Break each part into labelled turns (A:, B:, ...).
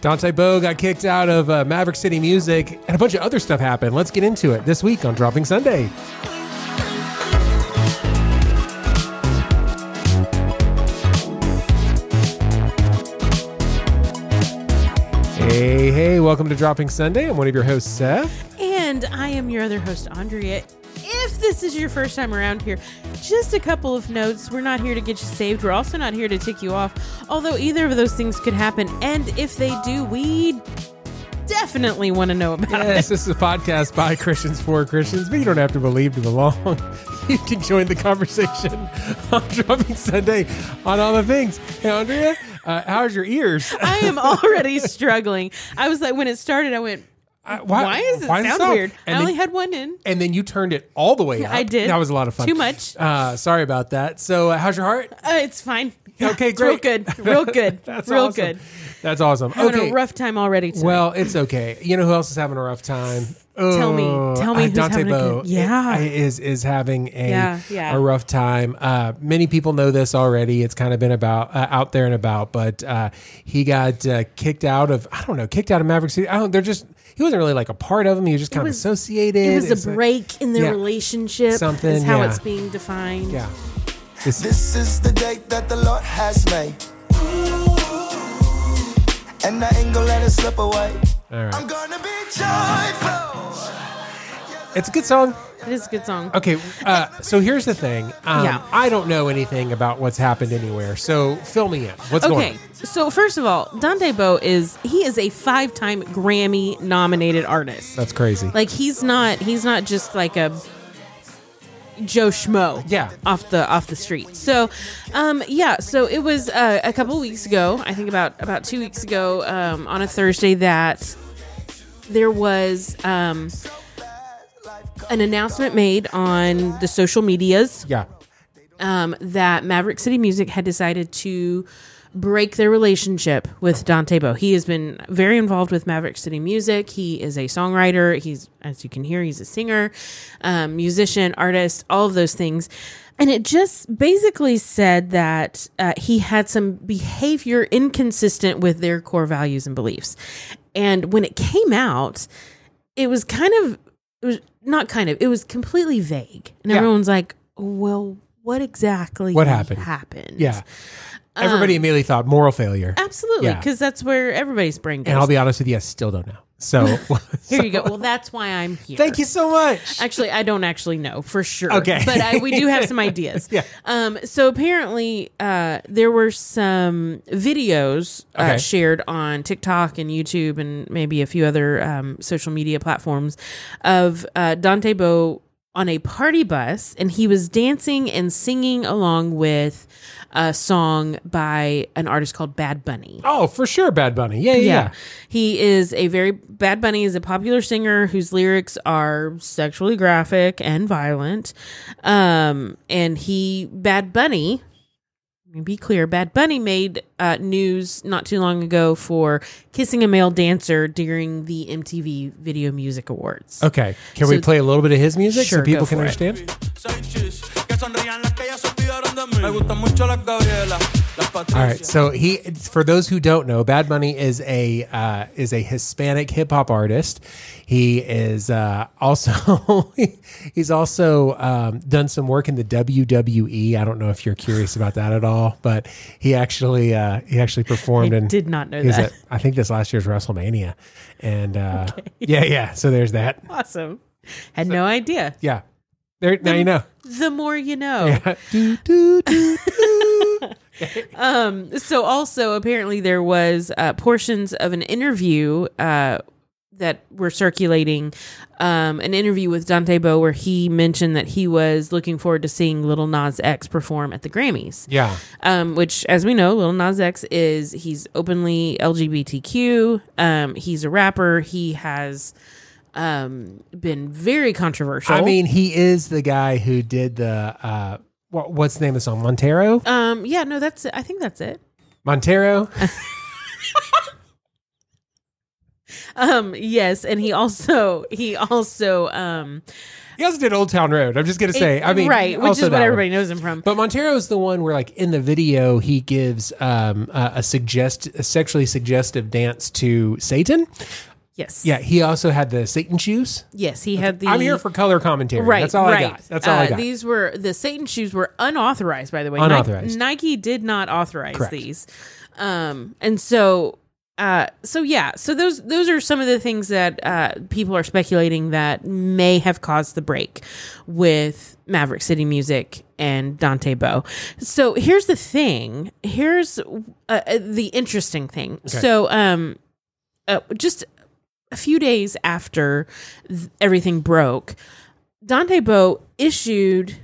A: Dante Bo got kicked out of uh, Maverick City Music, and a bunch of other stuff happened. Let's get into it this week on Dropping Sunday. Hey, hey, welcome to Dropping Sunday. I'm one of your hosts, Seth.
B: And I am your other host, Andrea. If this is your first time around here, just a couple of notes. We're not here to get you saved. We're also not here to tick you off. Although either of those things could happen. And if they do, we definitely want to know about it.
A: Yes, this is a podcast by Christians for Christians, but you don't have to believe to belong. You can join the conversation on Dropping Sunday on all the things. Hey, Andrea, uh, how's your ears?
B: I am already struggling. I was like, when it started, I went,
A: I-
B: why, does it
A: why
B: sound
A: up?
B: weird?
A: And
B: I
A: then-
B: only had one in.
A: and then you turned it all the way up.
B: I did.
A: That was a lot of fun.
B: Too much.
A: Uh, sorry about that. So, uh, how's your heart?
B: Uh, it's fine.
A: Okay,
B: It's real
A: great.
B: good. Real good.
A: That's
B: real
A: awesome.
B: good.
A: That's awesome.
B: Having
A: okay.
B: a rough time already. Tonight.
A: well, it's okay. You know who else is having a rough time?
B: Tell me.
A: Oh,
B: Tell me
A: uh,
B: who's
A: Dante
B: having a
A: Bo
B: good- Yeah.
A: i- is is having a
B: Yeah, yeah.
A: a rough time. Uh, many people know this already. It's kind of been about uh, out there and about, but uh, he got uh, kicked out of I don't know, kicked out of Maverick City. I don't. They're just he wasn't really like a part of them. He was just kind
B: was-
A: of associated.
B: It was
A: It's
B: a
A: like-
B: break in their
A: yeah.
B: relationship.
A: Something,
B: is how
A: yeah.
B: it's being defined.
A: yeah. This-
C: This is the day that the Lord has made. And I ain't gonna let it slip away.
A: all right.
C: I'm gonna be joyful.
A: It's a good song.
B: It is a good song.
A: Okay, uh, so here's the thing. Um,
B: Yeah.
A: I don't know anything about what's happened anywhere, so fill me in. What's going
B: Okay,
A: on?
B: so first of all, Dante Bo is he is a five-time Grammy-nominated artist.
A: That's crazy.
B: Like he's not he's not just like a Joe Schmo.
A: Yeah.
B: Off the off the street. So um yeah, so it was uh, a couple weeks ago, I think about about 2 weeks ago um on a Thursday that there was um an announcement made on the social medias
A: yeah.
B: um, that Maverick City Music had decided to break their relationship with Don Tabo. He has been very involved with Maverick City Music. He is a songwriter. He's, as you can hear, he's a singer, um, musician, artist, all of those things. And it just basically said that uh, he had some behavior inconsistent with their core values and beliefs. And when it came out, it was kind of it was not kind of it was completely vague and
A: Yeah.
B: everyone's like well what exactly
A: What happened?
B: happened
A: Yeah.
B: um,
A: Everybody immediately thought moral failure.
B: absolutely
A: Yeah.
B: because that's where everybody's brain
A: And I'll
B: goes
A: be honest with you, I still don't know. So,
B: here you go well that's why i'm here
A: thank you so much.
B: Actually, I don't actually know for sure.
A: Okay.
B: but I, we do have some ideas.
A: Yeah.
B: Um. So apparently, uh, there were some videos uh,
A: Okay.
B: shared on TikTok and YouTube and maybe a few other um, social media platforms of uh, Dante Bo on a party bus, and he was dancing and singing along with a song by an artist called Bad Bunny.
A: oh, for sure, Bad Bunny. Yeah, yeah. yeah.
B: He is a very Bad Bunny is a popular singer whose lyrics are sexually graphic and violent. Um and he Bad Bunny let me be clear, Bad Bunny made uh, news not too long ago for kissing a male dancer during the MTV Video Music Awards.
A: Okay. Can we
B: So-
A: play a little bit of his music so
B: Sure,
A: people
B: go
A: can
B: for it.
A: understand?
D: Soy chis, que sonrían las que ya se olvidaron de mí. Me gustan mucho las Gabriela, las Patricia.
A: All right. So he, for those who don't know, Bad Bunny is a uh, is a Hispanic hip hop artist. He is uh, also he's also um, done some work in the WWE. I don't know if you're curious about that at all, but he actually uh, he actually performed
B: I
A: in.
B: did not know
A: he was
B: that.
A: at, I think this last year's WrestleMania, and uh, yeah, yeah. So there's that.
B: Awesome. Had no idea.
A: Yeah. There, now you know.
B: The more you know.
A: do, do, do, do.
B: Um, so also apparently there was uh, portions of an interview uh, that were circulating um, an interview with Dante Bo where he mentioned that he was looking forward to seeing Little Nas X perform at the Grammys.
A: Yeah.
B: Um, which, as we know, Lil Nas X is he's openly LGBTQ. Um, he's a rapper. He has um, been very controversial.
A: I mean, he is the guy who did the uh, what, what's the name of the song? Montero.
B: um, yeah, no, that's it. I think that's it.
A: Montero.
B: Um, yes, and he also he also um
A: He also did Old Town Road. I'm just gonna say. I mean,
B: right, which is
A: also
B: what
A: that one.
B: everybody knows him from.
A: But Montero is the one where, like, in the video, he gives um, a, a suggest a sexually suggestive dance to Satan.
B: yes.
A: Yeah, he also had the Satan shoes.
B: Yes, he had the
A: I'm here for color commentary.
B: Right.
A: That's all
B: right.
A: I got. That's all I
B: Uh,
A: got.
B: These were the Satan shoes were unauthorized, by the way.
A: Unauthorized.
B: Nike, Nike did not authorize
A: Correct.
B: these. Um, and so uh so yeah, so those those are some of the things that uh people are speculating that may have caused the break with Maverick City Music and Dante Bow. So here's the thing. Here's uh, uh, the interesting thing. So um uh, just a few days after th- everything broke, Dante Bo issued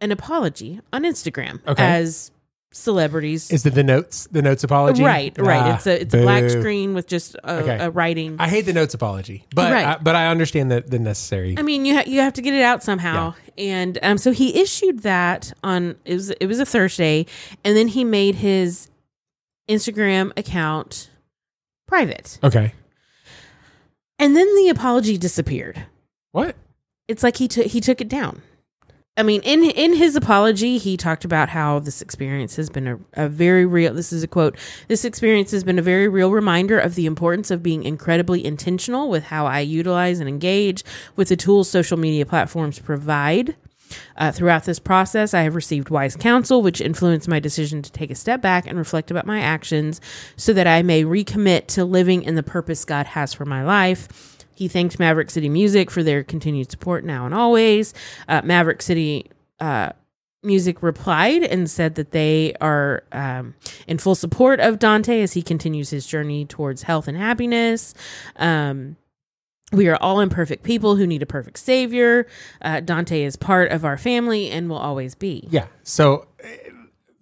B: an apology on Instagram
A: Okay.
B: as celebrities.
A: is it the notes? The notes apology?
B: right, right.
A: Ah,
B: it's a it's a black
A: boo.
B: screen with just a,
A: Okay.
B: a writing.
A: I hate the notes apology, but
B: Right.
A: I, but I understand the the necessary.
B: I mean, you ha- you have to get it out somehow, and um, so he issued that on it was it was a Thursday, and then he made his Instagram account private,
A: okay.
B: and then the apology disappeared.
A: What?
B: it's like he took he took it down. I mean, in in his apology, he talked about how this experience has been a, a very real. This is a quote. This experience has been a very real reminder of the importance of being incredibly intentional with how I utilize and engage with the tools social media platforms provide. Uh, throughout this process, I have received wise counsel, which influenced my decision to take a step back and reflect about my actions, so that I may recommit to living in the purpose God has for my life. He thanked Maverick City Music for their continued support now and always. Uh, Maverick City uh, Music replied and said that they are um, in full support of Dante as he continues his journey towards health and happiness. Um, we are all imperfect people who need a perfect savior. Uh, Dante is part of our family and will always be.
A: Yeah. So uh,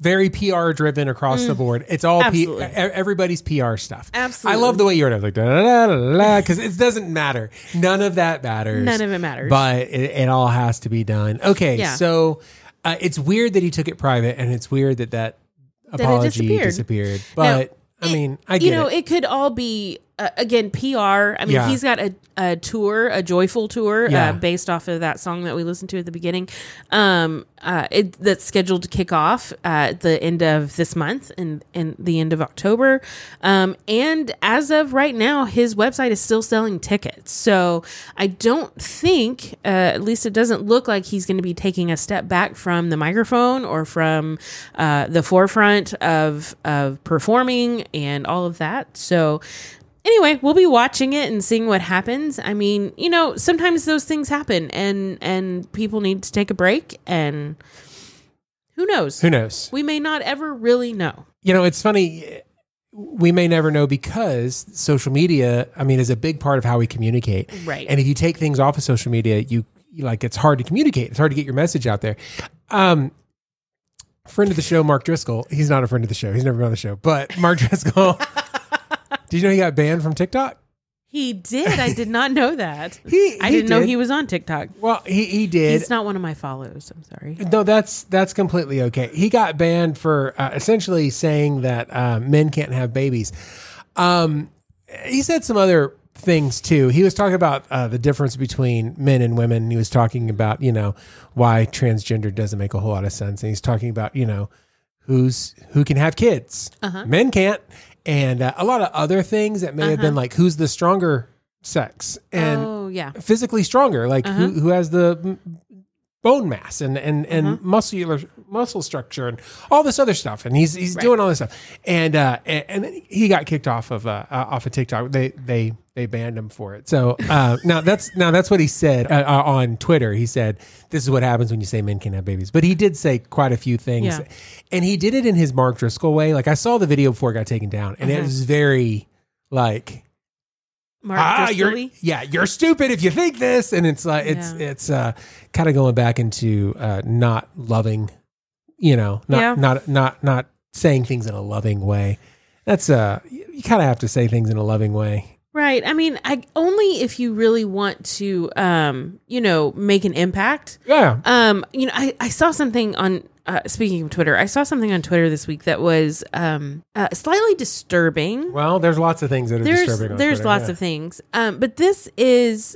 A: very PR driven across the board. It's all P- e-
B: Mm. Absolutely.
A: everybody's PR stuff.
B: Absolutely.
A: I love the way you're like da da da da da because it doesn't matter. None of that matters.
B: None of it matters.
A: But it, it all has to be done. Okay.
B: Yeah.
A: So uh, it's weird that he took it private, and it's weird that that
B: it
A: apology
B: disappeared.
A: disappeared. But I
B: it-
A: mean, I get
B: you know,
A: it.
B: it, could all be uh, again PR. I mean,
A: Yeah.
B: he's got a, a tour, a joyful tour,
A: Yeah.
B: uh, based off of that song that we listened to at the beginning. Um, uh, it, that's scheduled to kick off uh, at the end of this month and and the end of October. Um, and as of right now, his website is still selling tickets. So I don't think, uh, at least it doesn't look like he's going to be taking a step back from the microphone or from uh, the forefront of of performing and all of that. So anyway, we'll be watching it and seeing what happens. I mean, you know, sometimes those things happen and and people need to take a break and who knows?
A: Who knows?
B: We may not ever really know.
A: you know it's funny we may never know because social media i mean is a big part of how we communicate
B: Right.
A: and if you take things off of social media you you- like it's hard to communicate it's hard to get your message out there um friend of the show mark driscoll he's not a friend of the show he's never been on the show but mark driscoll did you know he got banned from tiktok
B: He did. I did not know that.
A: He-
B: I
A: he
B: didn't know
A: did.
B: he was on TikTok.
A: well he, he did
B: He's not one of my follows. I'm sorry.
A: No, that's that's completely okay. He got banned for uh, essentially saying that uh, men can't have babies. Um, he said some other things too. He was talking about uh, the difference between men and women. He was talking about you know why transgender doesn't make a whole lot of sense, and he's talking about you know who's who can have kids, men can't, and uh, a lot of other things that may have been like who's the stronger sex and
B: oh yeah. Uh-huh.
A: physically stronger, like who, who has the m- bone mass and and and muscular muscle structure and all this other stuff. And he's he's doing all this stuff. And uh and, and then he got kicked off of uh, uh, off of TikTok. They they they banned him for it. So uh, now that's now that's what he said uh, uh, on Twitter. He said this is what happens when you say men can have babies. But he did say quite a few things,
B: Yeah.
A: and he did it in his Mark Driscoll way. Like I saw the video before it got taken down,
B: Uh-huh.
A: and it was very like
B: Mark
A: ah, you're
B: Driscoll-y?
A: yeah, you're stupid if you think this, and it's like it's
B: Yeah.
A: it's uh, kind of going back into uh, not loving, you know, not
B: Yeah.
A: not not not saying things in a loving way. That's uh, you, kind of have to say things in a loving way.
B: Right. I mean, I only if you really want to um, you know, make an impact.
A: Yeah,
B: Um, you know, I, I saw something on Uh, speaking of Twitter, I saw something on Twitter this week that was um, uh, slightly disturbing.
A: Well, there's lots of things that are
B: there's
A: disturbing. On
B: there's
A: Twitter,
B: lots
A: yeah.
B: of things, um, but this is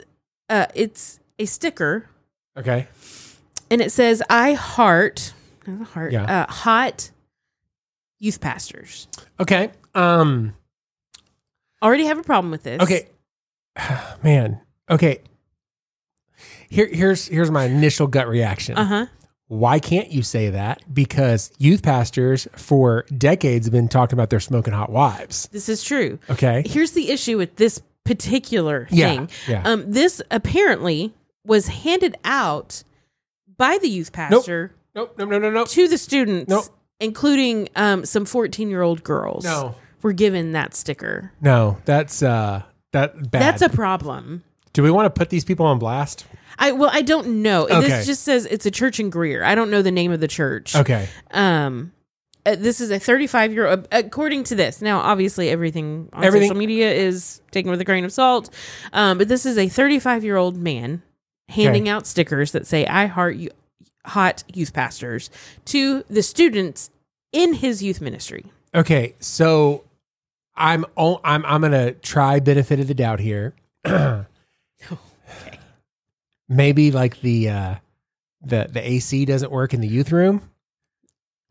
B: uh, it's a sticker
A: Okay.
B: and it says I heart not heart
A: Yeah.
B: uh, hot youth pastors.
A: Okay. Um.
B: Already have a problem with this.
A: Okay. Man. Okay. Here, here's here's my initial gut reaction.
B: Uh huh.
A: Why can't you say that? Because youth pastors for decades have been talking about their smoking hot wives.
B: This is true.
A: Okay.
B: Here's the issue with this particular
A: Yeah,
B: thing.
A: yeah.
B: Um, this apparently was handed out by the youth pastor
A: Nope. No. No. No. No.
B: to the students,
A: Nope.
B: including um, some 14 year old girls.
A: No.
B: Were given that sticker.
A: No. That's uh. That bad.
B: That's a problem.
A: Do we want to put these people on blast?
B: I well, I don't know.
A: Okay.
B: This just says it's a church in Greer. I don't know the name of the church.
A: Okay.
B: Um, uh, this is a 35 year old, according to this. Now, obviously, everything on
A: Everything-
B: social media is taken with a grain of salt. Um, but this is a 35 year old man handing
A: Okay.
B: out stickers that say "I heart you, hot youth pastors" to the students in his youth ministry.
A: Okay, so I'm o- I'm I'm gonna try benefit of the doubt here. Maybe like the uh, the the AC doesn't work in the youth room,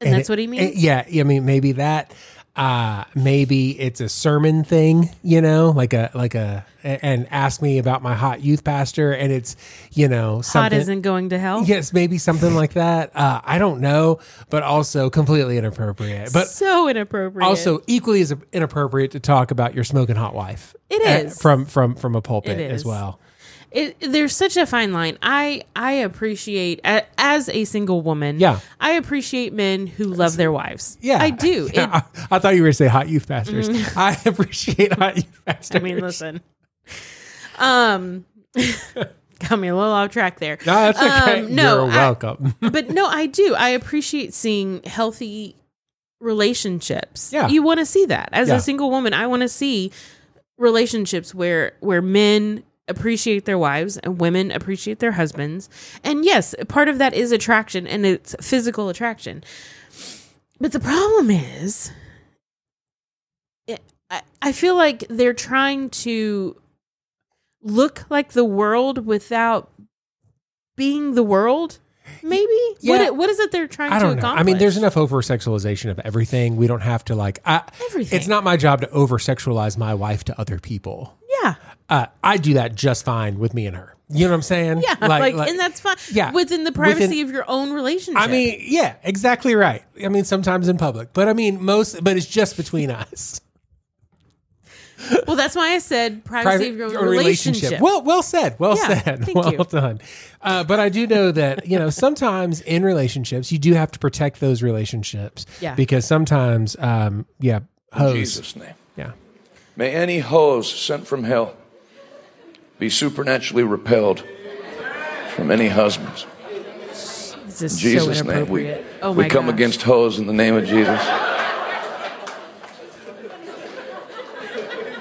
B: And, that's
A: it-
B: what he means.
A: it- Eh, yeah, I mean maybe that. Uh, maybe it's a sermon thing, you know, like a like a and ask me about my hot youth pastor, and it's you know
B: Hot
A: something.
B: isn't going to hell.
A: Yes, maybe something like that. Uh, I don't know, but also completely inappropriate. But
B: so inappropriate.
A: also equally as inappropriate to talk about your smoking hot wife.
B: It
A: uh,
B: is.
A: from from from a pulpit
B: It
A: as
B: is.
A: well.
B: it, there's such a fine line. I I appreciate a- as a single woman.
A: Yeah.
B: I appreciate men who love their wives.
A: Yeah,
B: I do.
A: Yeah,
B: It-
A: I, I thought you were going to say hot youth pastors. I appreciate hot youth
B: I
A: pastors.
B: mean, listen. Um, got me a little off track there.
A: no, that's okay.
B: Um, no,
A: You're
B: I-
A: welcome.
B: but no, I do. I appreciate seeing healthy relationships.
A: Yeah.
B: You want to see that. As
A: Yeah.
B: a single woman, I want to see relationships where where men appreciate their wives and women appreciate their husbands. And yes, part of that is attraction and it's physical attraction. But the problem is it, I, I feel like they're trying to look like the world without being the world. Maybe
A: Yeah.
B: what what is it they're trying
A: I
B: to
A: don't know.
B: accomplish?
A: I mean, there's enough over sexualization of everything. We don't have to like. I,
B: everything.
A: it's not my job to over sexualize my wife to other people.
B: yeah,
A: Uh, I do that just fine with me and her. You know what I'm saying?
B: yeah, like, and that's fine.
A: yeah.
B: within the
A: Within-
B: privacy of your own relationship.
A: I mean, yeah, exactly right. I mean, sometimes in public, but I mean, most, but it's just between us.
B: well, that's why I said privacy of your own
A: or
B: relationship.
A: Well, well said. Well
B: Yeah,
A: said.
B: thank
A: well
B: you.
A: done. Uh, but I do know that you know sometimes in relationships you do have to protect those relationships.
B: Yeah.
A: Because sometimes, um, yeah, hoes.
E: Jesus' name.
A: Yeah.
E: May any hose sent from hell be supernaturally repelled from any husbands.
B: This is
E: In Jesus'
B: so
E: name, we,
B: inappropriate. oh my
E: we come
B: gosh.
E: against hose in the name of Jesus.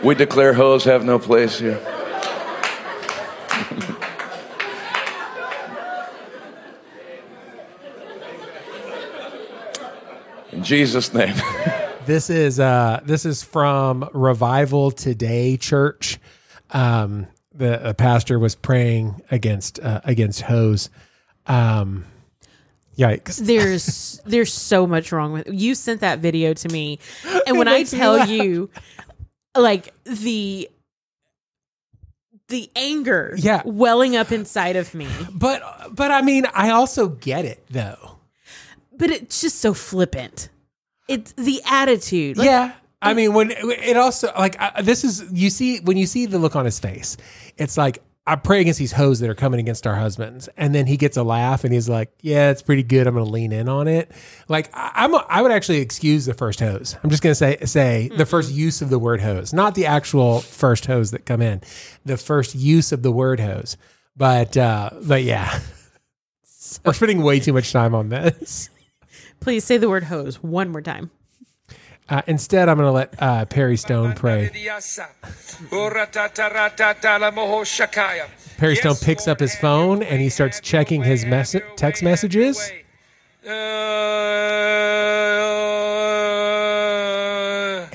E: we declare hose have no place here. In Jesus' name.
A: This is uh, this is from Revival Today Church. Um, the a pastor was praying against uh, against hoes. Um, yikes.
B: there's there's so much wrong with you sent that video to me and when i
A: makes me
B: tell
A: laugh.
B: you like the the anger
A: Yeah.
B: welling up inside of me
A: But but I mean, I also get it though.
B: but it's just so flippant it's the attitude Like,
A: yeah. I mean, when it also like I, this is you see when you see the look on his face, it's like I pray against these hoes that are coming against our husbands, and then he gets a laugh and he's like, "Yeah, it's pretty good. I'm going to lean in on it." Like I, I'm, a, I would actually excuse the first hose. I'm just going to say say the first use of the word hose, not the actual first hose that come in, the first use of the word hose. But uh, but yeah, we're spending way too much time on this.
B: please say the word hose one more time
A: Uh, instead, I'm going to let uh, Perry Stone pray.
F: Perry
A: Stone picks up his phone and he starts checking his messa- text messages.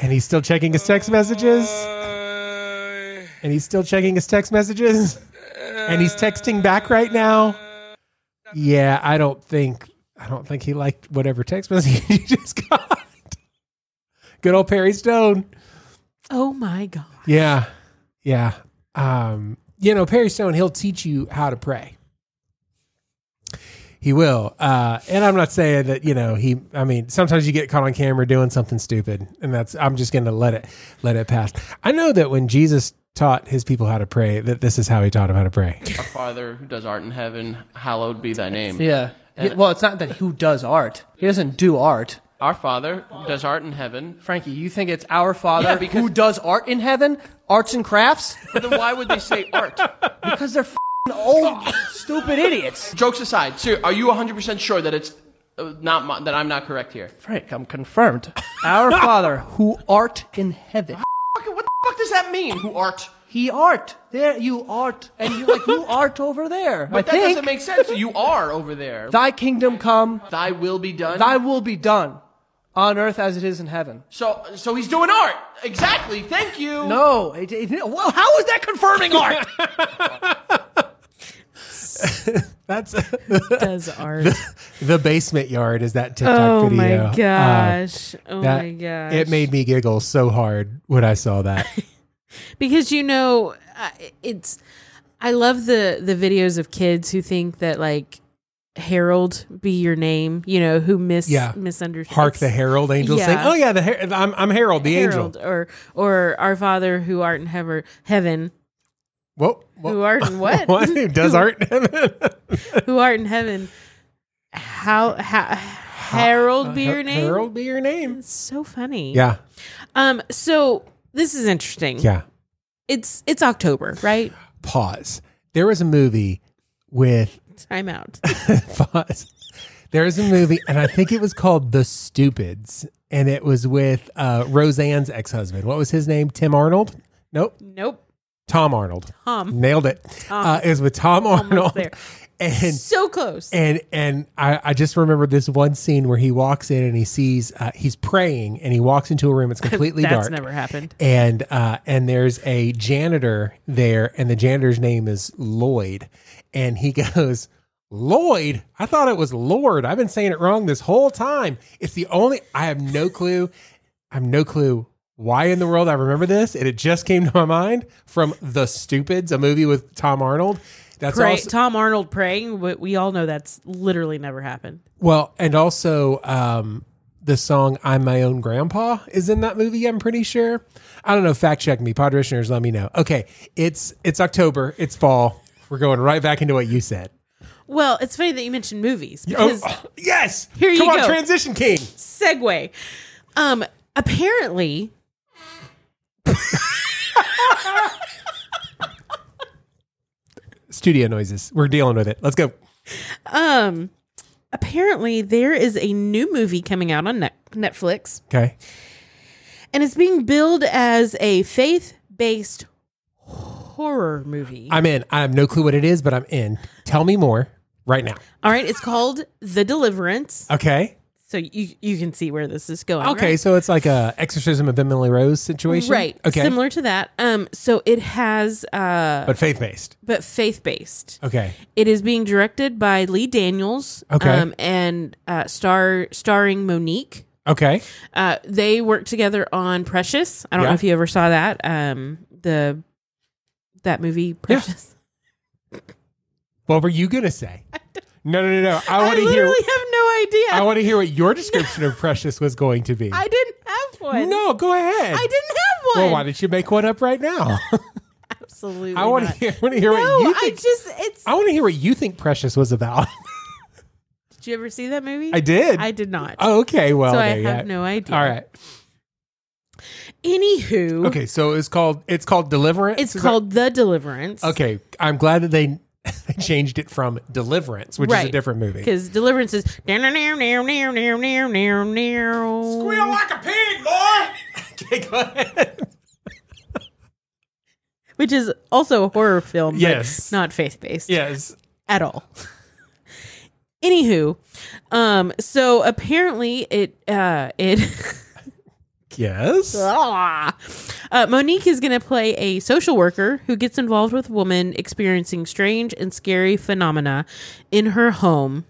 A: And he's still checking his text messages. And he's still checking his text messages. And he's texting back right now. Yeah, I don't think I don't think he liked whatever text message he just got. Good old Perry Stone.
B: Oh my God.
A: Yeah. Yeah. Um, you know, Perry Stone, he'll teach you how to pray. He will. Uh, and I'm not saying that, you know, he I mean, sometimes you get caught on camera doing something stupid, and that's I'm just gonna let it let it pass. I know that when Jesus taught his people how to pray, that this is how he taught them how to pray.
F: Our Father who does art in heaven, hallowed be thy name.
G: Yeah. He- well, it's not that who does art. He doesn't do art.
F: Our Father who does art in heaven.
G: Frankie, you think it's our Father
F: Yeah, because-
G: who does art in heaven? Arts and crafts?
F: But then why would they say art?
G: Because they're f***ing old, stupid idiots.
F: Jokes aside, sir, are you 100% sure that it's uh, not my, that I'm not correct here?
G: Frank, I'm confirmed. Our Father who art in heaven.
F: Fucking What the fuck does that mean? Who art?
G: He art. There you art. And you like you art over there.
F: But
G: I
F: that
G: think
F: doesn't make sense. You are over there.
G: thy kingdom come,
F: Thy will be done.
G: thy will be done on earth as it is in heaven.
F: so, so he's doing art. Exactly. Thank you.
G: No, it, it, well, how is that confirming art?
A: That's
B: Does art.
A: the basement yard is that TikTok
B: oh
A: video.
B: my
A: Uh,
B: gosh. oh
A: that-
B: my gosh.
A: It made me giggle so hard when I saw that.
B: because you know I- it's i love the the videos of kids who think that like herald be your name you know who mis
A: Yeah.
B: misunderstands
A: Hark the herald angels
B: Yeah.
A: sing. Oh yeah, the her- I'm, I'm Harold the
B: herald
A: angel.
B: or or our father who art in heaven heaven
A: Whoa, whoa.
B: who art in what
A: One who does art.
B: who art in heaven how how herald be your name
A: uh, Harold be your name.
B: It's so funny
A: Yeah,
B: um so this is interesting
A: yeah.
B: it's it's october right
A: Pause. There was a movie with
B: time out
A: pause. There was a movie, and I think it was called The Stupids, and it was with uh, Roseanne's ex-husband. What was his name? Tim Arnold? Nope,
B: nope
A: Tom Arnold.
B: Tom.
A: Nailed it. Uh, it was with Tom Arnold.
B: there.
A: And
B: so close
A: and and I, I just remember this one scene where he walks in and he sees uh, he's praying and he walks into a room it's completely
B: that's
A: dark
B: never happened
A: and uh, and there's a janitor there and the janitor's name is Lloyd and he goes Lloyd I thought it was Lord I've been saying it wrong this whole time it's the only I have no clue I have no clue why in the world I remember this and it just came to my mind from The Stupids a movie with Tom Arnold that's
B: Pray,
A: also
B: Tom Arnold praying. We, we all know that's literally never happened.
A: Well, and also um, the song "I'm My Own Grandpa" is in that movie. I'm pretty sure. I don't know. Fact check me, Podrishners. Let me know. Okay, it's it's October. It's fall. We're going right back into what you said.
B: Well, it's funny that you mentioned movies
A: Oh,
B: because
A: oh, yes.
B: Here you
A: Come on,
B: go.
A: transition king.
B: segue. Um, apparently,
A: Studio noises. We're dealing with it. Let's go.
B: um, apparently there is a new movie coming out on net, Netflix,
A: Okay.
B: and it's being billed as a faith-based horror movie.
A: I'm in. I have no clue what it is, but I'm in. Tell me more right now.
B: all right, it's called The Deliverance.
A: Okay.
B: So you you can see where this is going.
A: Okay.
B: right?
A: So it's like a exorcism of Emily Rose situation.
B: Right.
A: Okay.
B: Similar to that. Um, so it has uh
A: But faith based.
B: but faith based.
A: Okay.
B: It is being directed by Lee Daniels.
A: Okay.
B: and uh, star starring Monique.
A: Okay.
B: Uh, they worked together on Precious. I don't know
A: Yeah.
B: if you ever saw that. Um, the that movie Precious.
A: What were you gonna say? No, no, no, no. I
B: I,
A: want to
B: literally
A: hear.
B: have no
A: I
B: idea.
A: want to hear what your description of Precious was going to be.
B: I, didn't have one.
A: no, go ahead.
B: I didn't have one.
A: Well, why did you make one up right now?
B: Absolutely.
A: I want to
B: not.
A: hear. Want to hear
B: No,
A: what you
B: I
A: think?
B: just it's.
A: I want to hear what you think Precious was about.
B: Did you ever see that movie?
A: I did.
B: I did not.
A: Oh, okay. Well,
B: so I
A: there
B: have
A: you go.
B: no idea.
A: All right.
B: Anywho,
A: Okay. So it's called. It's called Deliverance.
B: it's
A: Is
B: called The Deliverance.
A: That, okay. I'm glad that they changed it from Deliverance, which is a
B: Right.
A: different movie.
B: Because Deliverance is near near near near near near near near.
D: like a pig, boy.
A: Okay, go ahead.
B: which is also a horror film. but
A: Yes.
B: not faith based
A: Yes.
B: at all. Anywho, um, so apparently it uh it
A: Yes.
B: Ah. Uh, Monique is going to play a social worker who gets involved with women experiencing strange and scary phenomena in her home.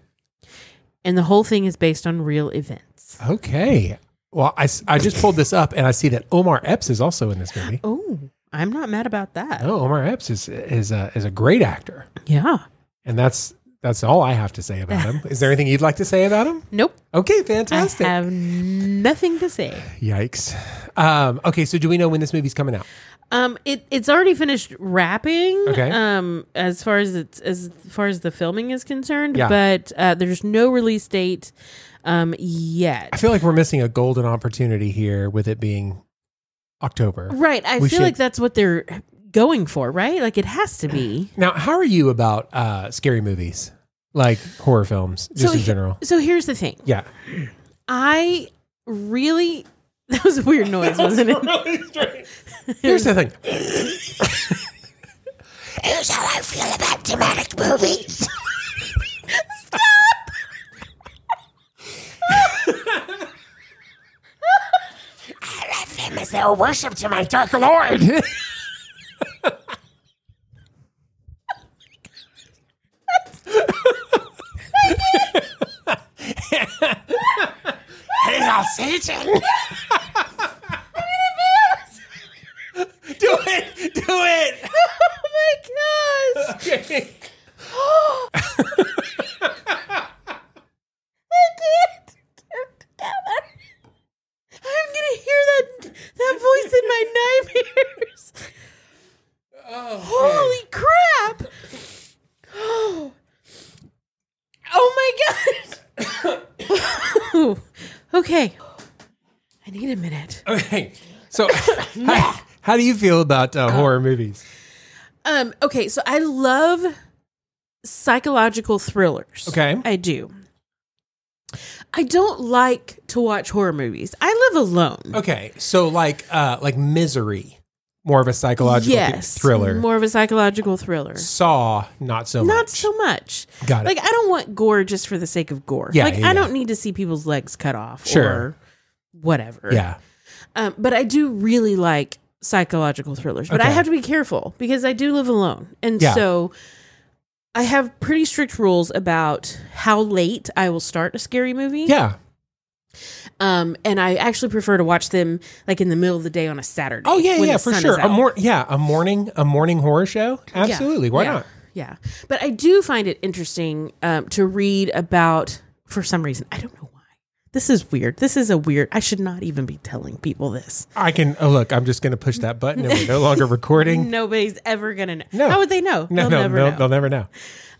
B: And the whole thing is based on real events.
A: Okay. Well, I, s- I just pulled this up and I see that Omar Epps is also in this movie.
B: Oh, I'm not mad about that.
A: Oh, Omar Epps is is a is a great actor,
B: Yeah.
A: and that's that's all I have to say about him. Is there anything you'd like to say about him?
B: Nope.
A: Okay,
B: I
A: fantastic.
B: have nothing to say.
A: Yikes. Um, okay, so do we know when this movie's coming out?
B: Um, it it's already finished wrapping.
A: Okay.
B: Um, as far as it's as far as the filming is concerned,
A: Yeah.
B: but uh, there's no release date, um, yet.
A: I feel like we're missing a golden opportunity here with it being October.
B: Right. I
A: We
B: feel
A: should-
B: like that's what they're going for, right? Like it has to be.
A: Now, how are you about uh, scary movies, like horror films, just in
B: he-
A: general?
B: So here's the thing.
A: Yeah.
B: I really that was a weird noise, wasn't it?
A: Here's the thing. Do it. Do it.
B: oh my gosh.
A: Okay.
B: I can't get it together. I'm gonna hear that that voice in my nightmares. Holy crap! Oh, oh my god! okay, I need a minute.
A: Okay. So, how, how do you feel about uh, horror movies?
B: Um, okay, so I love psychological thrillers.
A: Okay.
B: I do. I don't like to watch horror movies. I live alone.
A: Okay. So, like, uh, like Misery, more of a psychological
B: yes,
A: thriller.
B: more of a psychological thriller.
A: Saw, not so much.
B: Not so much.
A: Got it.
B: Like I don't want gore just for the sake of gore.
A: Yeah,
B: like
A: yeah,
B: I
A: yeah.
B: don't need to see people's legs cut off
A: Sure.
B: or whatever.
A: Yeah.
B: Um, but I do really like psychological thrillers. But I
A: Okay.
B: have to be careful because I do live alone, and
A: Yeah.
B: so I have pretty strict rules about how late I will start a scary movie.
A: Yeah.
B: Um, and I actually prefer to watch them like in the middle of the day on a Saturday.
A: Oh yeah,
B: when
A: yeah,
B: the
A: for
B: sun
A: sure.
B: is
A: A
B: out.
A: more yeah, a morning a morning horror show.
B: Yeah.
A: Absolutely. Why
B: Yeah.
A: not?
B: Yeah. But I do find it interesting um, to read about, for some reason, I don't know why. This is weird. This is a weird, I should not even be telling people this.
A: I can oh, look. I'm just going to push that button, and we're no longer recording.
B: Nobody's ever going to know.
A: No.
B: How would they know?
A: No,
B: They'll
A: no,
B: never
A: no,
B: know.
A: they'll never know.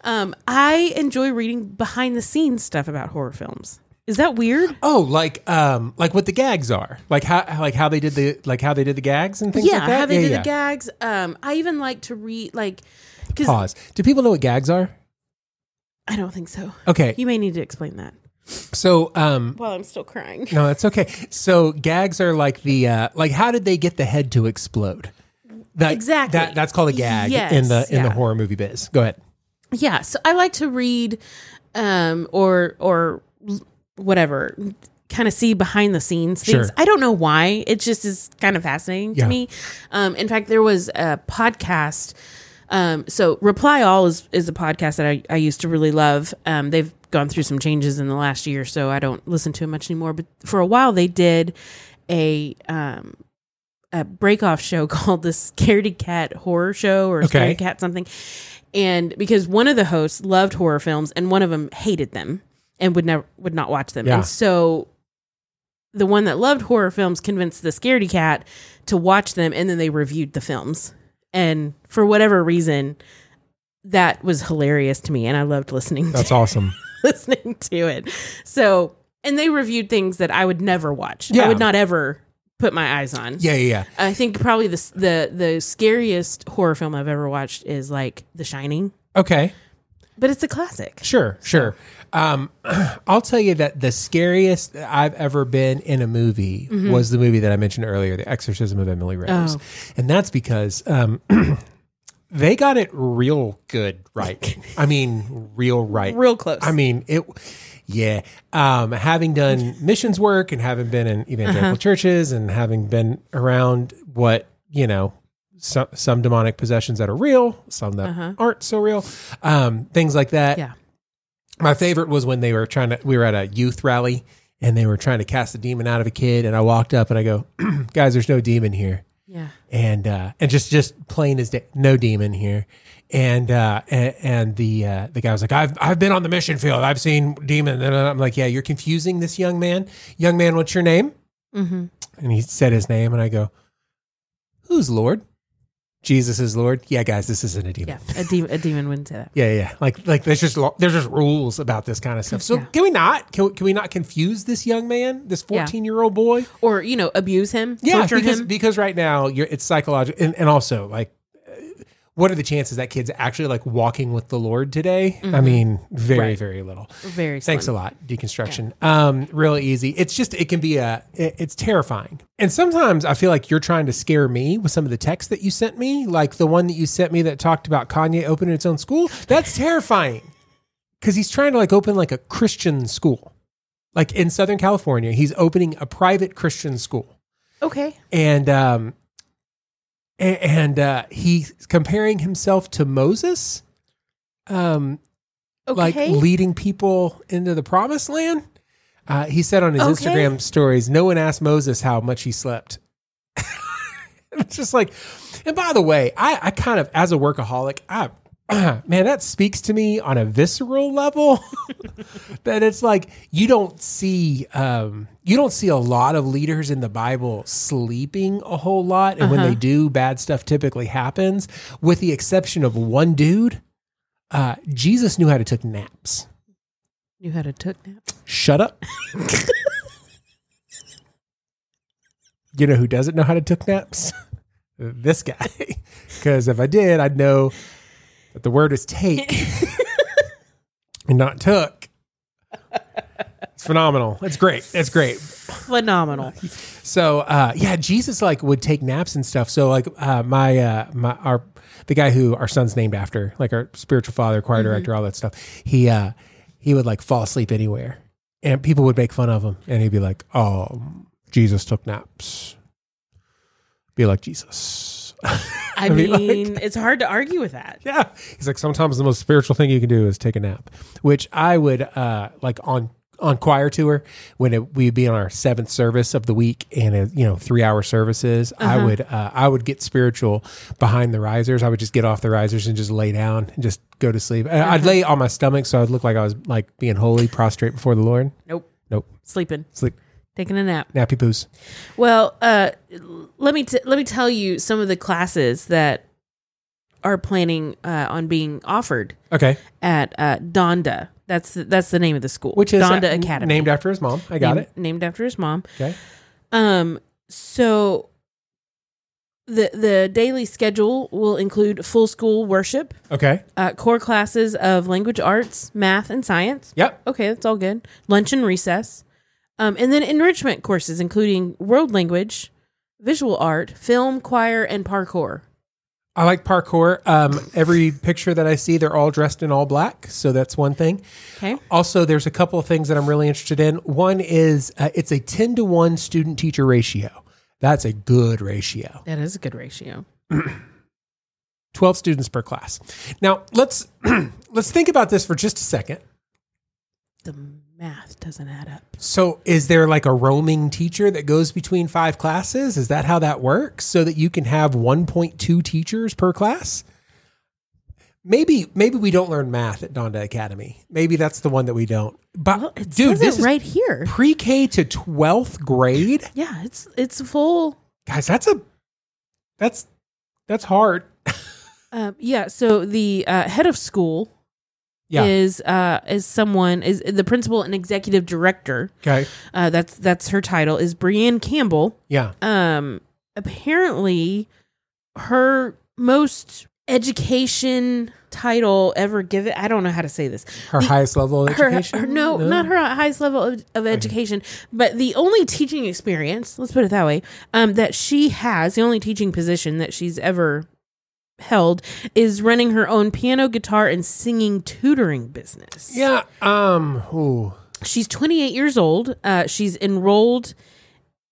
B: Um, I enjoy reading behind the scenes stuff about horror films. Is that weird?
A: Oh, like um, like what the gags are, like how like how they did the like how they did the gags and things.
B: yeah.
A: like that?
B: How they do
A: yeah.
B: the gags. Um, I even like to read, like, because
A: Pause. Do people know what gags are?
B: I don't think so.
A: Okay,
B: You may need to explain that
A: so um,
B: while I'm still crying.
A: no, that's okay. So gags are like the uh, like how did they get the head to explode? That,
B: Exactly.
A: That, that's called a gag in
B: Yes,
A: the in the
B: yeah.
A: horror movie biz. Go ahead.
B: yeah so i like to read um or or whatever kind of see behind the scenes things
A: Sure.
B: i don't know why it just is kind of fascinating
A: Yeah.
B: to me um in fact there was a podcast um so reply all is is a podcast that i, I used to really love um they've gone through some changes in the last year so i don't listen to it much anymore but for a while they did a um a breakoff show called the Scaredy Cat Horror Show or
A: Okay.
B: Scaredy Cat something. And because one of the hosts loved horror films and one of them hated them and would never would not watch them.
A: Yeah.
B: And so the one that loved horror films convinced the Scaredy Cat to watch them and then they reviewed the films. And for whatever reason that was hilarious to me and I loved listening to,
A: That's awesome.
B: listening to it. So and they reviewed things that I would never watch.
A: Yeah.
B: I would not ever put my eyes on.
A: yeah, yeah, yeah.
B: I think probably the the the scariest horror film I've ever watched is like The Shining,
A: Okay.
B: but it's a classic.
A: Sure, sure. Um, I'll tell you that the scariest that I've ever been in a movie
B: Mm-hmm.
A: was
B: Oh.
A: the movie that I mentioned earlier, The Exorcism of Emily Rose. And that's because um, they got it real good right. I mean, real right.
B: Real close.
A: I mean, it yeah. Um having done missions work and having been in evangelical
B: Uh-huh.
A: churches and having been around what, you know, some some demonic possessions that are real, some that aren't so real, um, things like that.
B: Uh-huh. Yeah.
A: My favorite was when they were trying to, we were at a youth rally and they were trying to cast a demon out of a kid. And I walked up and I go, guys, there's no demon here.
B: Yeah.
A: And, uh, and just, just plain as day, no demon here. And, uh, and, and the, uh, the guy was like, I've, I've been on the mission field. I've seen demon. And I'm like, yeah, you're confusing this young man. Young man, what's your name?
B: Mm-hmm.
A: And he said his name. And I go, who's Lord? Jesus is Lord. Yeah, guys, this isn't a demon.
B: Yeah. A, de- a demon wouldn't say that.
A: Yeah, yeah, yeah. Like, like there's just lo- there's just rules about this kind of stuff. So
B: Yeah.
A: can we not can we, can we not confuse this young man, this
B: Yeah.
A: 14 year old boy?
B: Or, you know, abuse him,
A: Yeah,
B: torture
A: because
B: him.
A: because right now you're it's psychological, and, and also like, uh, what are the chances that kid's actually like walking with the Lord today? I mean, very Mm-hmm. very little.
B: Very
A: Thanks a
B: slim.
A: lot, deconstruction. Um, real easy. It's just it can be a it- it's terrifying, and sometimes I feel like you're trying to scare me with some of the texts that you sent me, like the one that you sent me that talked about Kanye opening its own school. That's terrifying because he's trying to like open like a Christian school, like in Southern California. He's opening a private Christian school
B: Okay.
A: and um a- and uh he's comparing himself to Moses um
B: Okay.
A: like leading people into the promised land uh he said on his
B: Okay.
A: Instagram stories no one asked Moses how much he slept it's just like and by the way I I kind of as a workaholic I man that speaks to me on a visceral level that it's like you don't see um, you don't see a lot of leaders in the Bible sleeping a whole lot, and when they do, bad stuff typically happens. With the exception of one dude, uh, Jesus knew how to take naps.
B: you had a took nap.
A: Shut up. you know who doesn't know how to took naps? this guy. Because if I did, I'd know that the word is take and not took. It's phenomenal. It's great. It's great.
B: Phenomenal.
A: So uh, yeah, Jesus like would take naps and stuff. So like uh, my uh, my our the guy who our son's named after, like our spiritual father, choir director, all that stuff. He uh, he would like fall asleep anywhere, and people would make fun of him, and he'd be like, "Oh, Jesus took naps." Be like Jesus.
B: I
A: mean, like-
B: mean, it's hard to argue with that.
A: Yeah. He's like, sometimes the most spiritual thing you can do is take a nap, which I would uh, like on on choir tour when it, we'd be on our seventh service of the week and uh, you know three hour services. I would uh, I would get spiritual behind the risers. I would just get off the risers and just lay down and just go to sleep. And I'd lay on my stomach so I'd look like I was like being holy, prostrate before the Lord.
B: Nope.
A: Nope,
B: Sleeping.
A: sleep
B: Taking a nap.
A: nappy poos.
B: Well, uh, let me t- let me tell you some of the classes that are planning uh, on being offered
A: Okay,
B: at uh, Donda. That's the, that's the name of the school,
A: which is uh,
B: Donda Academy,
A: named after his mom. I got
B: named,
A: it.
B: named after his mom.
A: Okay,
B: Um, so the the daily schedule will include full school worship,
A: okay,
B: uh, core classes of language arts, math, and science.
A: yep,
B: Okay, that's all good. Lunch and recess. Um, and then enrichment courses, including world language, visual art, film, choir, and parkour.
A: I like parkour. Um, every picture that I see, they're all dressed in all black. So that's one thing.
B: Okay.
A: Also, there's a couple of things that I'm really interested in. One is uh, it's a 10 to 1 student teacher ratio. That's a good ratio.
B: That is a good ratio.
A: 12 students per class. Now, let's let's think about this for just a second.
B: The math doesn't add up.
A: So, is there like a roaming teacher that goes between five classes? Is that how that works? So that you can have 1.2 teachers per class? Maybe maybe we don't learn math at Donda Academy. Maybe that's the one that we don't. But
B: Well, it
A: dude,
B: says
A: this
B: it
A: is
B: right here.
A: pre-K to 12th grade.
B: Yeah, it's it's full.
A: Guys, that's a that's that's hard.
B: Um, yeah. So the uh, head of school
A: Yeah.
B: is uh, is someone is the principal and executive director.
A: Okay.
B: Uh, that's that's her title is Brienne Campbell.
A: Yeah.
B: um apparently her most education title ever given i don't know how to say this
A: Her
B: The-
A: highest level of
B: her,
A: education.
B: her- no, not her highest level of, of education but the only teaching experience let's put it that way um that she has the only teaching position that she's ever held is running her own piano, guitar, and singing tutoring business.
A: Yeah. Um. Ooh.
B: She's 28 years old. Uh, she's enrolled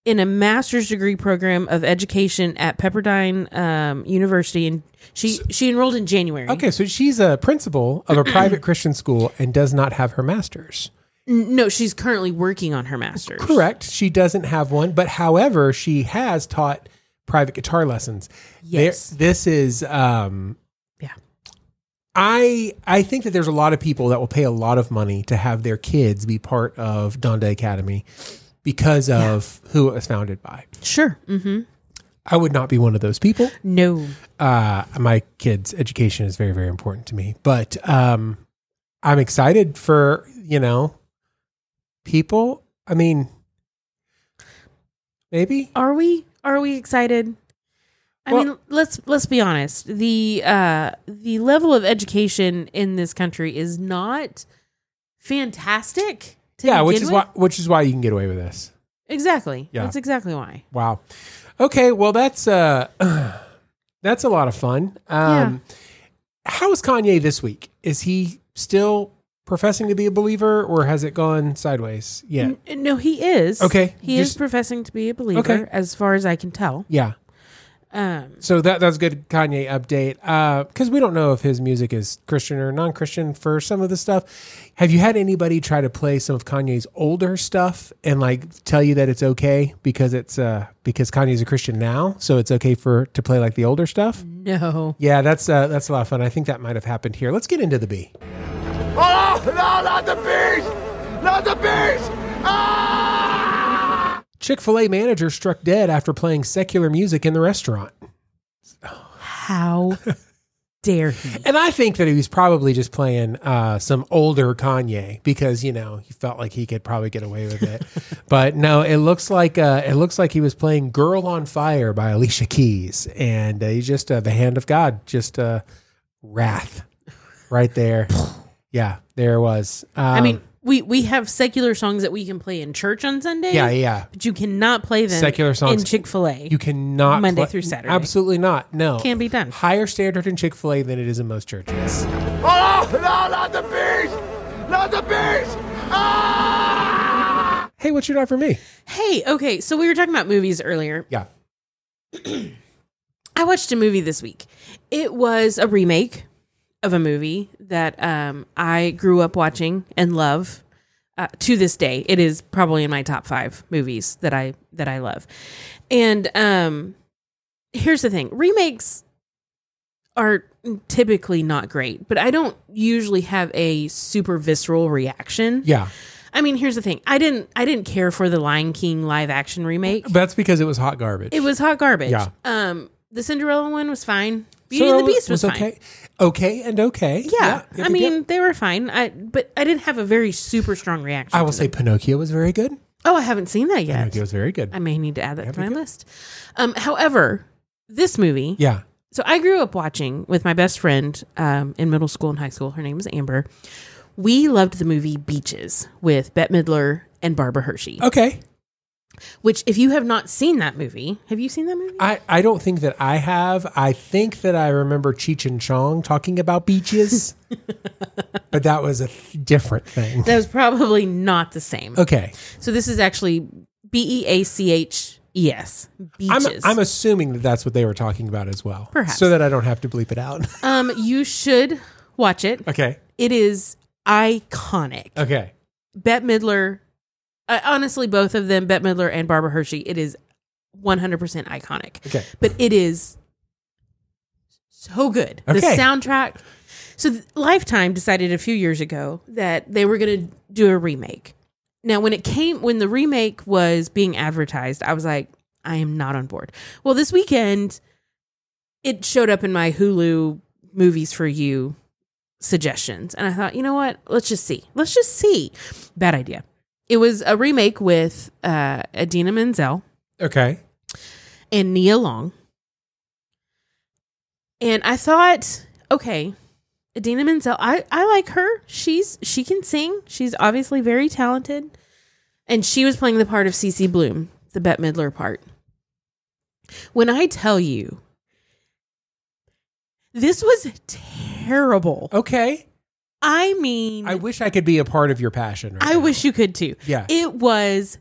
B: in a master's degree program of education at Pepperdine um, University, and she she enrolled in January.
A: Okay. So she's a principal of a private Christian school and does not have her master's.
B: No, she's currently working on her master's.
A: Correct. She doesn't have one, but however, she has taught private guitar lessons. There-
B: Yes.
A: this is. Um,
B: Yeah.
A: I I think that there's a lot of people that will pay a lot of money to have their kids be part of Donda Academy because of who it was founded by.
B: Sure. Mm-hmm.
A: I would not be one of those people.
B: No.
A: uh, my kids' education is very, very important to me. But um, I'm excited for you know people. I mean, maybe
B: Are we? Are we excited? I
A: Well-
B: mean, let's let's be honest. The uh the level of education in this country is not fantastic. To
A: yeah,
B: begin
A: which is
B: with.
A: why which is why you can get away with this.
B: exactly.
A: Yeah.
B: That's exactly why.
A: Wow. Okay, well that's uh that's a lot of fun. Um how is Kanye this week? Is he still professing to be a believer or has it gone sideways? Yeah.
B: N- No, he is
A: Okay,
B: He is
A: just-
B: professing to be a believer,
A: Okay.
B: as far as I can tell.
A: Yeah.
B: Um,
A: So that that's good Kanye update. Because we don't know if his music is Christian or non-Christian for some of the stuff. Have you had anybody try to play some of Kanye's older stuff and like tell you that it's okay because it's uh because Kanye's a Christian now, so it's okay for to play like the older stuff?
B: Mm-hmm. no,
A: Yeah, that's uh, that's a lot of fun. I think that might have happened here. Let's get into the B.
C: Oh, no, not the bees! Not the Ah! bees!
A: Chick Fil A manager struck dead after playing secular music in the restaurant,
B: how dare he?
A: and I think that he was probably just playing uh, some older Kanye because you know he felt like he could probably get away with it. but no, it looks like uh, it looks like he was playing "Girl on Fire" by Alicia Keys, and uh, he's just uh, the hand of God, just uh, wrath right there. yeah, there it was. Um,
B: I mean, we we have secular songs that we can play in church on Sunday.
A: yeah, yeah.
B: but you cannot play them
A: Secular songs.
B: in Chick Fil A.
A: You cannot
B: Monday through Saturday.
A: Absolutely not. No,
B: Can't be done.
A: Higher standard in Chick Fil A than it is in most churches.
C: Oh, no, not the bees! Not the bees!
A: Hey, what's your not for me?
B: Hey, okay, so we were talking about movies earlier.
A: Yeah.
B: I watched a movie this week. It was a remake of a movie that um, I grew up watching and love. Uh, to this day, it is probably in my top five movies that I that I love. And um, here's the thing: remakes are typically not great, but I don't usually have a super visceral reaction.
A: Yeah.
B: I mean, here's the thing: I didn't I didn't care for the Lion King live action remake.
A: That's because it was hot garbage.
B: It was hot garbage.
A: Yeah.
B: Um, the Cinderella one was fine. Beauty and the Beast was, fine.
A: okay. Okay and okay.
B: Yeah,
A: Yep,
B: I
A: yep,
B: mean
A: yep.
B: they were fine. I but I didn't have a very super strong reaction.
A: I will
B: to
A: say
B: them.
A: Pinocchio was very good.
B: oh, I haven't seen that yet.
A: Pinocchio was very good.
B: I may need to add that to
A: we
B: my
A: go.
B: list. Um, however, this movie.
A: yeah.
B: So I grew up watching with my best friend um, in middle school and high school. Her name was Amber. We loved the movie Beaches with Bette Midler and Barbara Hershey.
A: Okay.
B: Which, if you have not seen that movie, have you seen that movie?
A: I, I don't think that I have. I think that I remember Cheech and Chong talking about beaches, but that was a th- different thing.
B: that was probably not the same.
A: Okay.
B: So this is actually B E A C H E S.
A: I'm,
B: Beaches.
A: I'm assuming that that's what they were talking about as well.
B: Perhaps.
A: So that I don't have to bleep it out.
B: um, you should watch it.
A: okay.
B: It is iconic.
A: Okay.
B: Bette Midler, uh, honestly, both of them, Bette Midler and Barbara Hershey, it is 100% iconic.
A: Okay.
B: But it is so good. The
A: Okay.
B: soundtrack. So th- Lifetime decided a few years ago that they were going to do a remake. Now, when it came, when the remake was being advertised, I was like, I am not on board. Well, this weekend, it showed up in my Hulu movies for you suggestions. And I thought, you know what? Let's just see. Let's just see. Bad idea. It was a remake with uh, Adina Menzel
A: Okay.
B: and Nia Long. And I thought, okay, Adina Menzel, I, I like her. She's she can sing. She's obviously very talented. And she was playing the part of Cece Bloom, the Bette Midler part. When I tell you This was terrible.
A: Okay.
B: I mean,
A: Oh. I wish I could be a part of your passion. Right
B: Mm-hmm. I wish you could too.
A: Yeah.
B: It was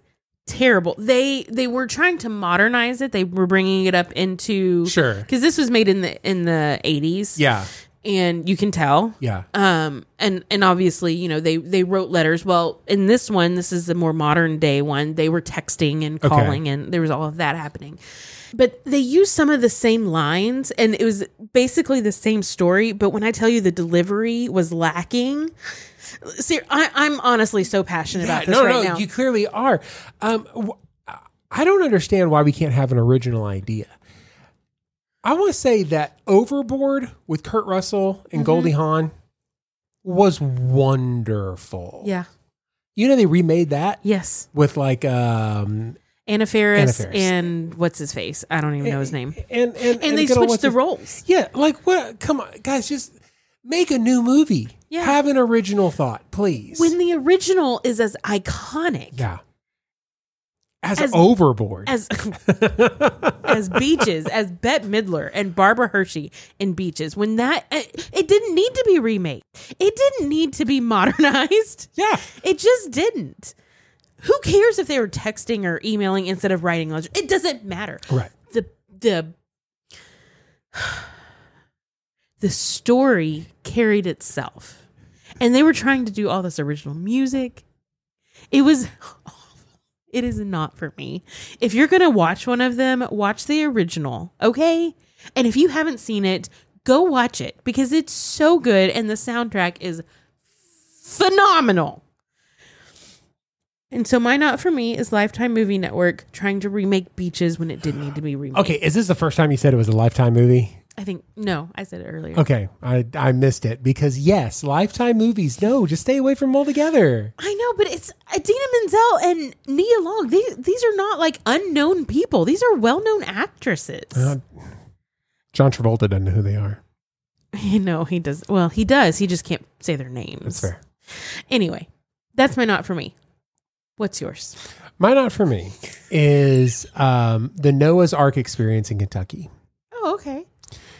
B: terrible. They they were trying to modernize it. They were bringing it up into
A: Sure.
B: Cuz this was made in the in the 80s.
A: Yeah.
B: And you can tell.
A: Yeah.
B: Um and and obviously, you know, they they wrote letters. Well, in this one, this is the more modern day one. They were texting and
A: Okay.
B: calling and there was all of that happening. But they used some of the same lines and it was basically the same story, but when I tell you the delivery was lacking, See, I, I'm honestly so passionate about this
A: no,
B: right
A: no,
B: now.
A: you clearly are. Um, wh- I don't understand why we can't have an original idea. I want to say that Overboard with Kurt Russell
B: Mm-hmm.
A: and Goldie Hawn was wonderful.
B: yeah.
A: You know, they remade that
B: Yes.
A: with like, um,
B: Anna Ferris,
A: Anna Faris. Eh,
B: and what's his face? I don't even know his name.
A: and, and,
B: And they
A: good old
B: switched the
A: what's-
B: roles.
A: Yeah, like what? Come on, guys, just make a new movie.
B: Yeah.
A: Have an original thought, please.
B: When the original is as iconic
A: yeah. As,
B: As-
A: overboard.
B: as as Beaches, as Bette Midler and Barbara Hershey in Beaches, when that eh, it, it didn't need to be remade, it didn't need to be modernized.
A: yeah.
B: It just didn't. Who cares if they were texting or emailing instead of writing letters? It doesn't matter.
A: Right.
B: The the the story carried itself. And they were trying to do all this original music. It was it is not for me. If you're going to watch one of them, watch the original, okay? And if you haven't seen it, go watch it because it's so good and the soundtrack is phenomenal. And so my not for me is Lifetime Movie Network trying to remake Beaches when it didn't need to be remade.
A: Okay, is this the first time you said it was a Lifetime movie?
B: I think no, I said it earlier.
A: Okay, I I missed it because yes, Lifetime movies. No, just stay away from them altogether.
B: I know, but it's Adina Menzel and Nia Long. These these are not like unknown people. These are well known actresses.
A: John Travolta doesn't know who they are.
B: you know, he does well, he does. He just can't say their
A: That's
B: names.
A: fair.
B: Anyway, that's my not for me. What's yours?
A: My not for me is um, the Noah's Ark experience in Kentucky.
B: Oh, okay.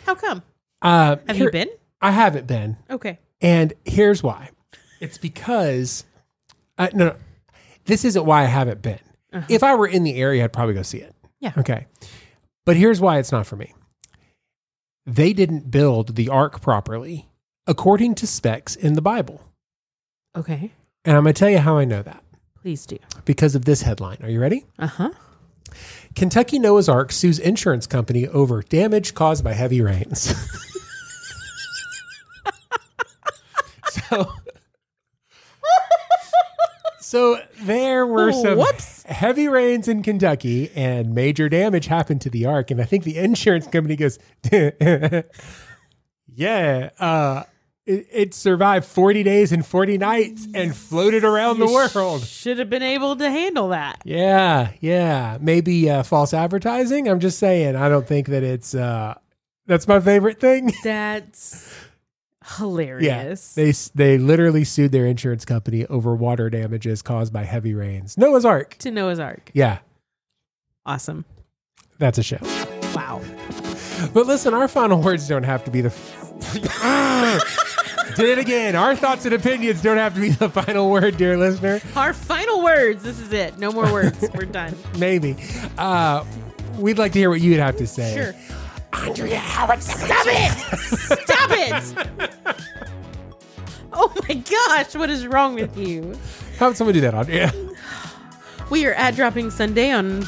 B: How come?
A: Uh,
B: Have
A: here-
B: you been?
A: I haven't been.
B: Okay.
A: And here's why. It's because uh, no, no, this isn't why I haven't been. If I were in the area, I'd probably go see it.
B: Yeah.
A: Okay. But here's why it's not for me. They didn't build the ark properly according to specs in the Bible.
B: Okay.
A: And I'm going to tell you how I know that
B: Please do.
A: because of this headline. Are you ready?
B: Uh huh.
A: Kentucky Noah's Ark sues insurance company over damage caused by heavy rains. so, so there were some
B: Whoops.
A: heavy rains in Kentucky and major damage happened to the ark. And I think the insurance company goes, yeah, uh, it, it survived 40 days and 40 nights and floated around the world.
B: Should have been able to handle that.
A: Yeah, yeah. Maybe uh, false advertising. I'm just saying. I don't think that it's. Uh, that's my favorite thing.
B: That's
A: yeah,
B: hilarious.
A: they they literally sued their insurance company over water damages caused by heavy rains. Noah's Ark.
B: to Noah's Ark.
A: Yeah,
B: Awesome.
A: that's a show.
B: Wow.
A: But listen, our final words don't have to be the. Did it again. Our thoughts and opinions don't have to be the final word, dear listener.
B: Our final words. This is it. No more words. We're done.
A: Maybe. Uh, we'd like to hear what you'd have to say.
B: Sure.
A: Andrea Howard.
B: Stop it. Stop it. Oh my gosh, what is wrong with you?
A: How would someone do that, Andrea?
B: We are at Dropping Sunday on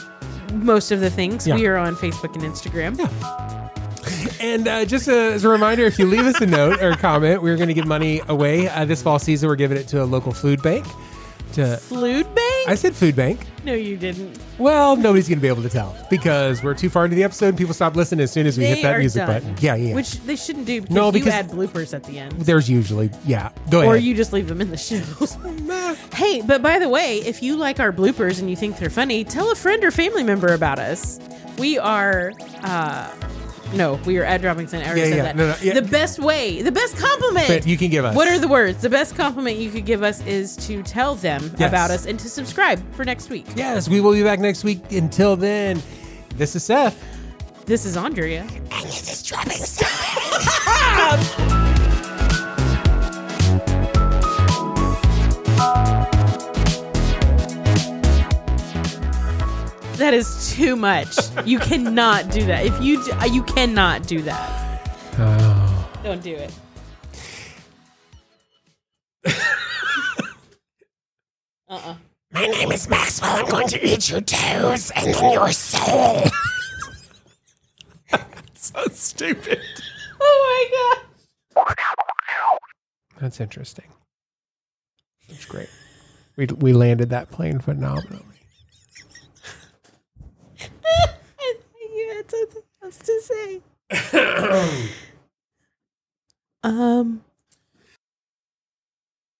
B: most of the things.
A: Yeah.
B: We are on Facebook and Instagram.
A: And uh, just a, as a reminder, if you leave us a note or a comment, we're going to give money away uh, this fall season. We're giving it to a local food bank. To
B: Fluid Bank?
A: I said food bank.
B: no, you didn't.
A: Well, nobody's going to be able to tell because we're too far into the episode. and People stop listening as soon as we
B: They
A: hit that
B: are
A: music
B: done.
A: button. Yeah, yeah. yeah.
B: Which they shouldn't do because,
A: No, because-
B: you add bloopers at the end.
A: there's usually yeah. Go ahead.
B: Or you just leave them in the shows.
A: Meh.
B: hey, but by the way, if you like our bloopers and you think they're funny, tell a friend or family member about us. We are uh no, we are at Droppingson. I already
A: Yeah,
B: said
A: yeah,
B: that.
A: no, no, yeah.
B: The best way, the best compliment
A: That you can give us.
B: What are the words? The best compliment you could give us is to tell them
A: Yes.
B: about us and to subscribe for next week.
A: yes, we will be back next week. Until then, this is Seth.
B: This is Andrea. That is too much. You cannot do that. If you do, you cannot do that.
A: Oh.
B: Don't do it.
H: My name is Maxwell. I'm going to eat your toes and then your soul.
A: So stupid.
B: Oh my god.
A: That's interesting. That's great. We, we landed that plane phenomenally.
B: I think you had something else to say. um,